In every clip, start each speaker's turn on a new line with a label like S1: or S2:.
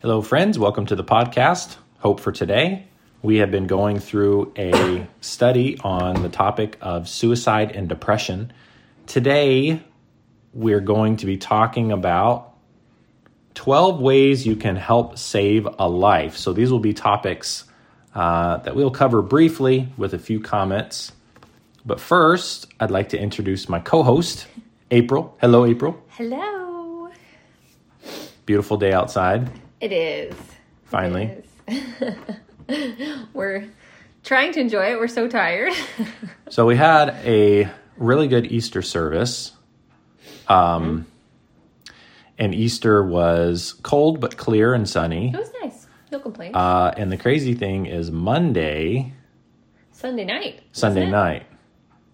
S1: Hello, friends. Welcome to the podcast, Hope for Today. We have been going through a study on the topic of suicide and depression. Today, we're going to be talking about 12 ways you can help save a life. So, these will be topics uh, that we'll cover briefly with a few comments. But first, I'd like to introduce my co host, April. Hello, April.
S2: Hello.
S1: Beautiful day outside.
S2: It is.
S1: Finally.
S2: It is. We're trying to enjoy it. We're so tired.
S1: So we had a really good Easter service. Um, And Easter was cold but clear and sunny.
S2: it was nice. No complaints.
S1: Uh, and the crazy thing is, Monday,
S2: Sunday night. wasn't
S1: Sunday
S2: it?
S1: night.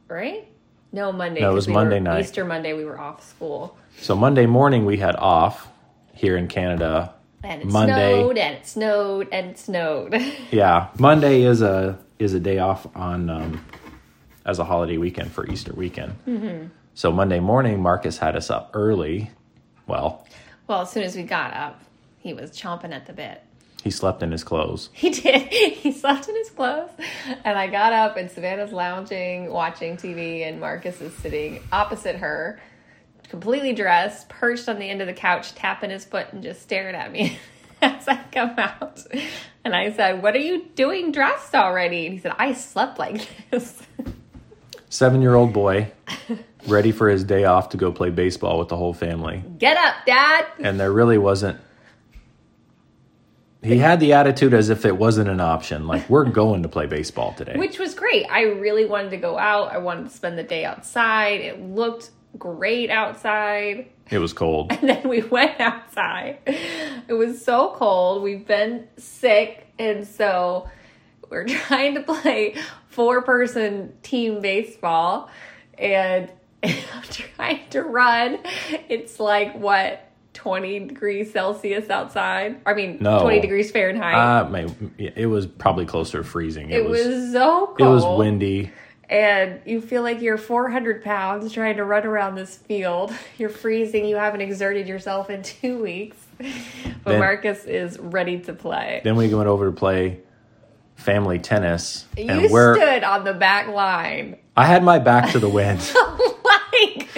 S2: Right? No, Monday.
S1: No, it
S2: 'cause
S1: was
S2: we were-
S1: Monday night.
S2: Easter Monday, we were off school.
S1: So Monday morning, we had off here in Canada.
S2: And it
S1: Monday.
S2: snowed, and it snowed, and it snowed.
S1: Yeah, Monday is a is a day off on um, as a holiday weekend for Easter weekend. So Monday morning, Marcus had us up early. Well,
S2: well, as soon as we got up, he was chomping at the bit.
S1: he slept in his clothes.
S2: He did. He slept in his clothes. And I got up, and Savannah's lounging, watching TV, and Marcus is sitting opposite her, completely dressed, perched on the end of the couch, tapping his foot and just staring at me as I come out. And I said, What are you doing dressed already? And he said, I slept like this.
S1: seven year old boy ready for his day off to go play baseball with the whole family.
S2: Get up, Dad.
S1: And there really wasn't. He had the attitude as if it wasn't an option. Like, we're going to play baseball today.
S2: Which was great. I really wanted to go out. I wanted to spend the day outside. It looked great outside.
S1: It was cold.
S2: And then we went outside. It was so cold. We've been sick. And so we're trying to play four person team baseball. And I'm trying to run. It's like, what, 20 degrees Celsius outside? I mean,
S1: No.
S2: 20 degrees Fahrenheit.
S1: Uh, my, it was probably closer to freezing. It,
S2: it
S1: was,
S2: was, so cold.
S1: it was windy.
S2: And you feel like you're 400 pounds trying to run around this field. You're freezing. You haven't exerted yourself in two weeks. But
S1: Then-
S2: Marcus is ready to play.
S1: Then we went over to play family tennis.
S2: You
S1: And where
S2: stood on the back line
S1: I had my back to the wind.
S2: like,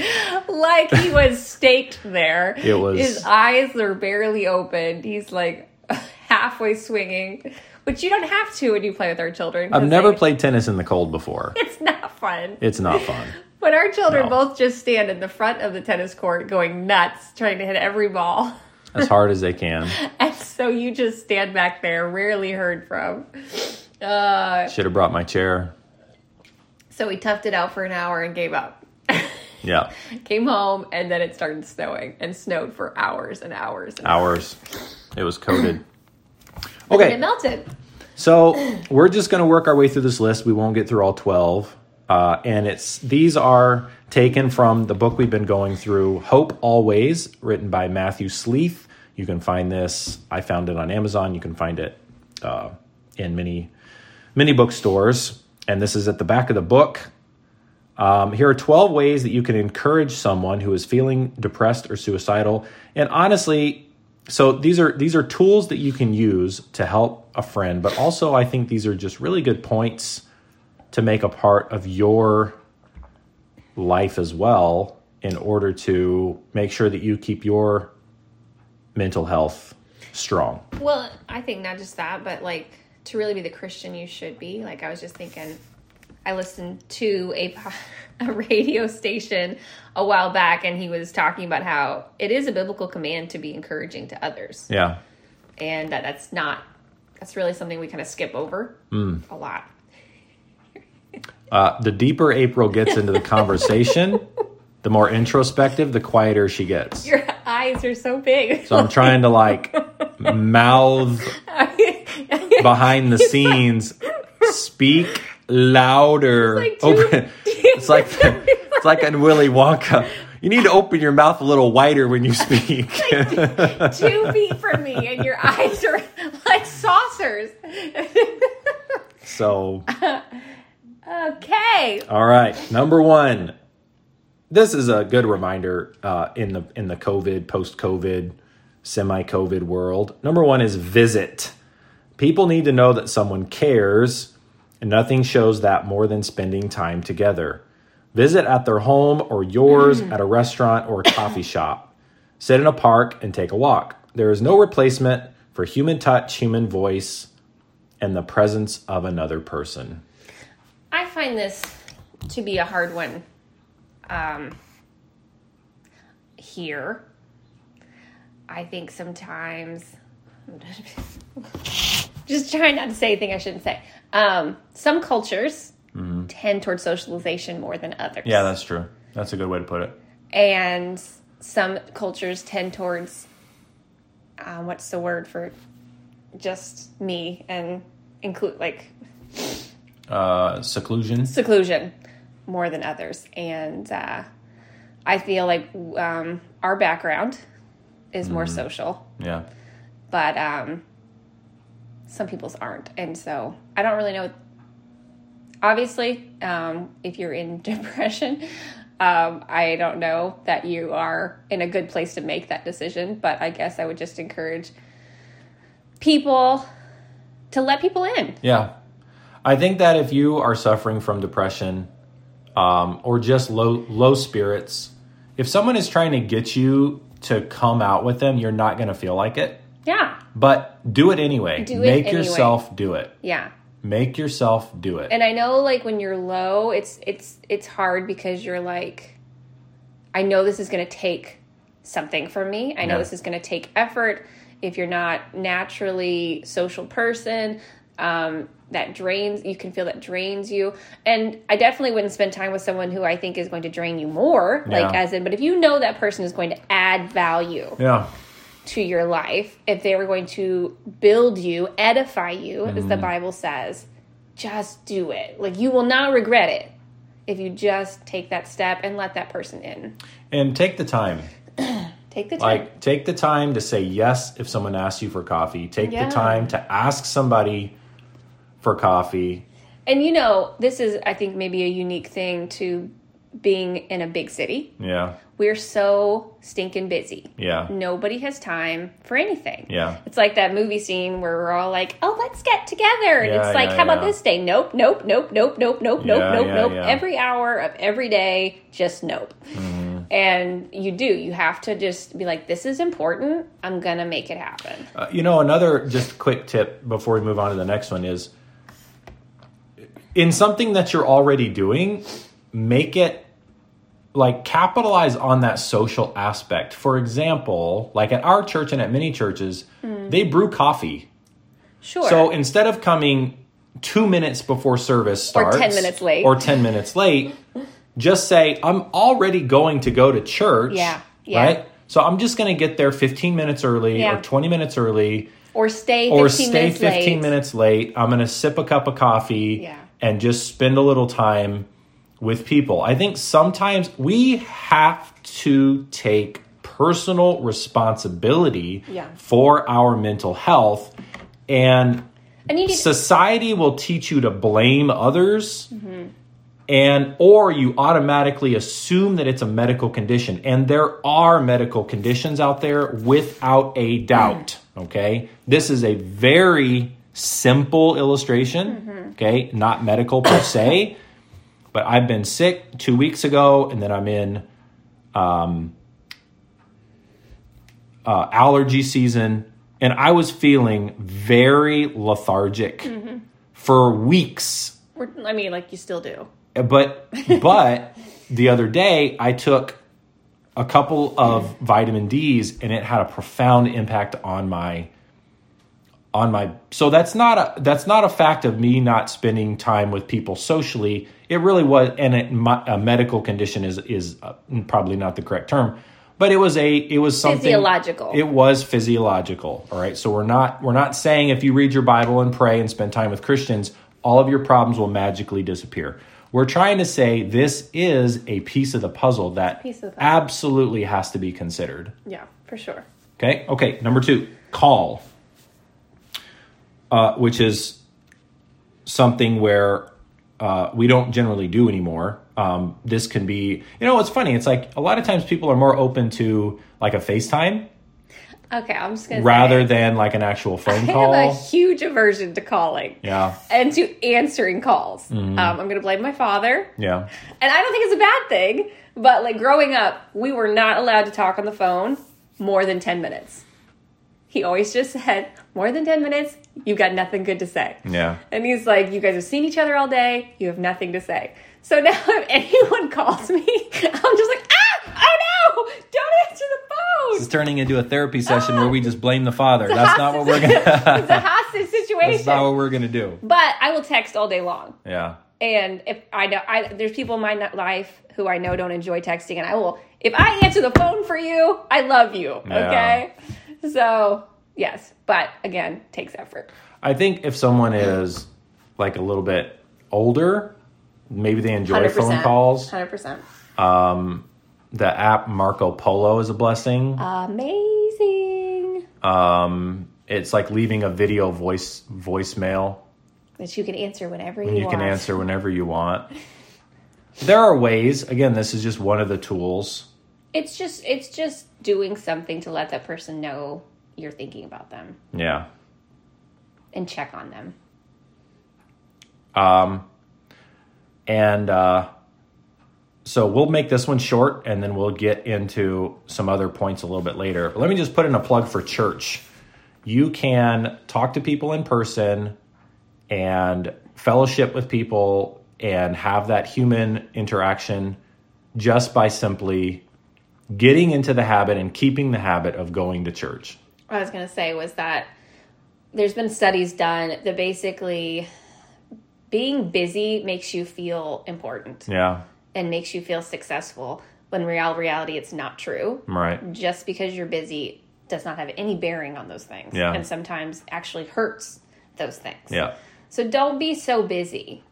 S2: like he was staked there.
S1: It was-
S2: His eyes are barely opened. He's like halfway swinging, which you don't have to when you play with our children.
S1: I've
S2: 'cause
S1: never
S2: they-
S1: played tennis in the cold before.
S2: It's not fun.
S1: It's not fun.
S2: But our children
S1: No.
S2: both just stand in the front of the tennis court going nuts, trying to hit every ball.
S1: As hard as they can.
S2: And so you just stand back there, rarely heard from. Uh,
S1: Should have brought my chair.
S2: so we toughed it out for an hour and gave up.
S1: Yeah.
S2: Came home, and then it started snowing and snowed for hours and hours. And
S1: hours. It was coded.
S2: It
S1: Okay,
S2: melted.
S1: so we're just going to work our way through this list. We won't get through all 12. Uh, and it's these are taken from the book we've been going through, Hope Always, written by Matthew Sleeth. You can find this. I found it on Amazon. You can find it uh, in many many bookstores. And this is at the back of the book. Um, here are 12 ways that you can encourage someone who is feeling depressed or suicidal. And honestly, so these are these are tools that you can use to help a friend, but also I think these are just really good points to make a part of your life as well in order to make sure that you keep your mental health strong.
S2: Well, I think not just that, but like to really be the Christian you should be. Like I was just thinking, I listened to a po- a radio station a while back, and he was talking about how it is a biblical command to be encouraging to others,
S1: Yeah.
S2: and that that's not that's really something we kind of skip over a lot.
S1: Uh, the deeper April gets into the conversation, the more introspective, the quieter she gets.
S2: Your eyes are so big.
S1: So I'm trying to like mouth behind the scenes, speak louder.
S2: like two-
S1: open. It's like it's like in Willy Wonka. You need to open your mouth a little wider when you speak.
S2: two feet from me, and your eyes are like saucers.
S1: so,
S2: okay,
S1: all right, number one. This is a good reminder uh, in the in the COVID post COVID semi COVID world. Number one is visit. People need to know that someone cares, and nothing shows that more than spending time together. Visit at their home or yours, at a restaurant or a coffee shop. Sit in a park and take a walk. There is no replacement for human touch, human voice, and the presence of another person.
S2: I find this to be a hard one um, here. I think sometimes just trying not to say anything I shouldn't say. Um, some cultures tend towards socialization more than others.
S1: that's true. That's a good way to put it.
S2: and some cultures tend towards um, what's the word for just me and include like
S1: Uh, seclusion.
S2: seclusion more than others and uh, i feel like um, our background is more social
S1: Yeah.
S2: but um, some people's aren't and so i don't really know obviously um, if you're in depression um, i don't know that you are in a good place to make that decision but i guess i would just encourage people to let people in
S1: Yeah. I think that if you are suffering from depression um, or just low low spirits, if someone is trying to get you to come out with them, you're not going to feel like it.
S2: yeah
S1: But do it anyway.
S2: Do it
S1: Make
S2: anyway.
S1: yourself do it.
S2: yeah
S1: Make yourself do it.
S2: and I know like when you're low, it's it's it's hard because you're like, I know this is going to take something from me. I know
S1: Yeah.
S2: this is going to take effort. If you're not naturally social person, um, that drains. You can feel that drains you. And I definitely wouldn't spend time with someone who I think is going to drain you more. Like
S1: Yeah.
S2: as in, but if you know that person is going to add value
S1: yeah.
S2: to your life, if they were going to build you, edify you, as the Bible says, just do it. Like you will not regret it if you just take that step and let that person in.
S1: And take the time.
S2: Take the time.
S1: Like take the time to say yes if someone asks you for coffee. Take
S2: Yeah.
S1: the time to ask somebody for coffee.
S2: and you know, this is, I think, maybe a unique thing to being in a big city.
S1: Yeah.
S2: We're so stinking busy.
S1: Yeah.
S2: Nobody has time for anything.
S1: Yeah.
S2: It's like that movie scene where we're all like, "Oh, let's get together," and
S1: Yeah,
S2: it's like,
S1: yeah,
S2: "How about
S1: yeah.
S2: this day?" Nope, nope, nope, nope, nope, nope,
S1: Yeah,
S2: nope,
S1: yeah,
S2: nope.
S1: yeah.
S2: Every hour of every day, just nope.
S1: Mm-hmm.
S2: And you do. You have to just be like, "This is important. I'm gonna make it happen."
S1: Uh, you know, another just quick tip before we move on to the next one is in something that you're already doing, make it like capitalize on that social aspect. For example, like at our church and at many churches, they brew coffee.
S2: Mm. Sure.
S1: So instead of coming two minutes before service
S2: Or
S1: starts,
S2: 10 minutes late.
S1: or 10 minutes late, just say, I'm already going to go to church.
S2: Yeah, yeah.
S1: Right? So I'm just going to get there 15 minutes early
S2: Yeah.
S1: or 20 minutes early
S2: or stay 15
S1: or stay
S2: minutes
S1: 15
S2: late.
S1: minutes late. I'm going to sip a cup of coffee
S2: Yeah.
S1: and just spend a little time with people. I think sometimes we have to take personal responsibility
S2: Yeah.
S1: for our mental health and
S2: And you need
S1: society will teach you to blame others and or you automatically assume that it's a medical condition and there are medical conditions out there without a doubt okay this is a very simple illustration okay not medical per se but i've been sick two weeks ago and then i'm in uh, allergy season, and I was feeling very lethargic for weeks.
S2: we're, I mean, like you still do.
S1: Uh, But but the other day I took a couple of vitamin D's, and it had a profound impact on my on my so that's not a that's not a fact of me not spending time with people socially it really was and it, my, a medical condition is is uh, probably not the correct term but it was a it was something
S2: Physiological.
S1: it was physiological all right so we're not we're not saying if you read your bible and pray and spend time with christians all of your problems will magically disappear we're trying to say this is a piece of the puzzle that
S2: Piece of the puzzle.
S1: absolutely has to be considered
S2: Yeah, for sure.
S1: Okay. Okay. Number two, call, uh, which is something where uh, we don't generally do anymore. Um, this can be, you know, it's funny. It's like a lot of times people are more open to like a FaceTime
S2: Okay, I'm just gonna
S1: rather
S2: say,
S1: than like an actual phone
S2: I have a
S1: call.
S2: huge aversion to calling
S1: Yeah,
S2: and to answering calls.
S1: Mm-hmm.
S2: Um, I'm gonna blame my father,
S1: yeah,
S2: and I don't think it's a bad thing. But like growing up, we were not allowed to talk on the phone more than ten minutes. He always just said, "More than ten minutes, you've got nothing good to say."
S1: yeah.
S2: And he's like, You guys have seen each other all day. You have nothing to say. So now if anyone calls me, I'm just like, Ah, oh no, don't answer the
S1: It's
S2: phone.
S1: turning into a therapy session where we just blame the father. That's not what we're gonna.
S2: it's a hostage
S1: that's not
S2: situation.
S1: what we're gonna do.
S2: But I will text all day long.
S1: Yeah,
S2: And if I know, I, there's people in my n- life who I know don't enjoy texting, and I will, if I answer the phone for you, I love you.
S1: Yeah.
S2: Okay. So, yes. But again, takes effort.
S1: I think if someone is like a little bit older, maybe they enjoy
S2: 100%.
S1: phone calls.
S2: 100%.
S1: The app Marco Polo is a blessing.
S2: Amazing.
S1: Um, it's like leaving a video voice voicemail.
S2: That you can answer whenever you,
S1: You
S2: want.
S1: can answer whenever you want. There are ways. Again, this is just one of the tools.
S2: It's just it's just doing something to let that person know you're thinking about them
S1: Yeah.
S2: and check on them.
S1: And uh, so we'll make this one short and then we'll get into some other points a little bit later. But let me just put in a plug for church. You can talk to people in person and fellowship with people and have that human interaction just by simply getting into the habit and keeping the habit of going to church.
S2: What I was going to say was that there's been studies done that basically being busy makes you feel important
S1: Yeah.
S2: and makes you feel successful when real reality it's not true.
S1: Right.
S2: Just because you're busy does not have any bearing on those things
S1: Yeah.
S2: and sometimes actually hurts those things.
S1: Yeah.
S2: So don't be so busy.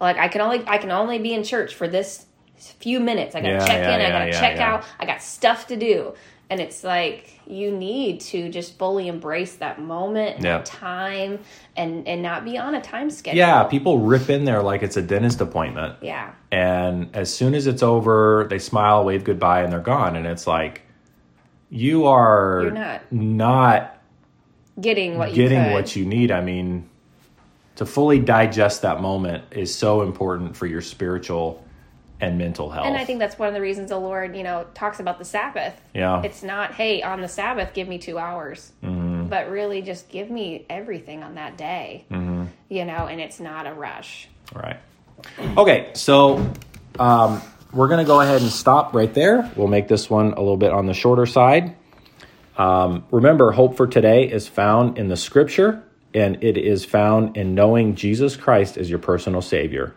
S2: Like I can only I can only be in church for this few minutes. I gotta
S1: Yeah,
S2: check
S1: yeah,
S2: in, I
S1: yeah,
S2: gotta
S1: yeah,
S2: check
S1: yeah.
S2: out, I got stuff to do. And it's like you need to just fully embrace that moment and
S1: Yeah.
S2: that time and and not be on a time schedule.
S1: Yeah. People rip in there like it's a dentist appointment.
S2: Yeah.
S1: And as soon as it's over, they smile, wave goodbye, and they're gone. And it's like, you are
S2: You're not.
S1: not
S2: Getting what you
S1: getting
S2: could.
S1: what you need. I mean, to fully digest that moment is so important for your spiritual and mental health.
S2: and I think that's one of the reasons the Lord, you know, talks about the Sabbath.
S1: yeah.
S2: It's not, hey, on the Sabbath, give me two hours,
S1: Mm-hmm.
S2: but really just give me everything on that day,
S1: Mm-hmm.
S2: you know, and it's not a rush.
S1: All right. Okay, so um, we're going to go ahead and stop right there. We'll make this one a little bit on the shorter side. Um, remember, hope for today is found in the scripture, and it is found in knowing Jesus Christ as your personal Savior.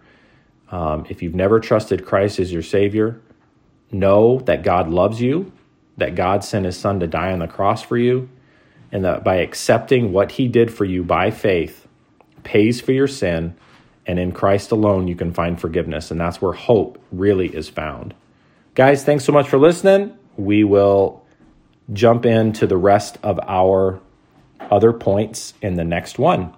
S1: Um, if you've never trusted Christ as your Savior, know that God loves you, that God sent His Son to die on the cross for you, and that by accepting what He did for you by faith, pays for your sin, and in Christ alone you can find forgiveness. And that's where hope really is found. Guys, thanks so much for listening. We will jump into the rest of our other points in the next one.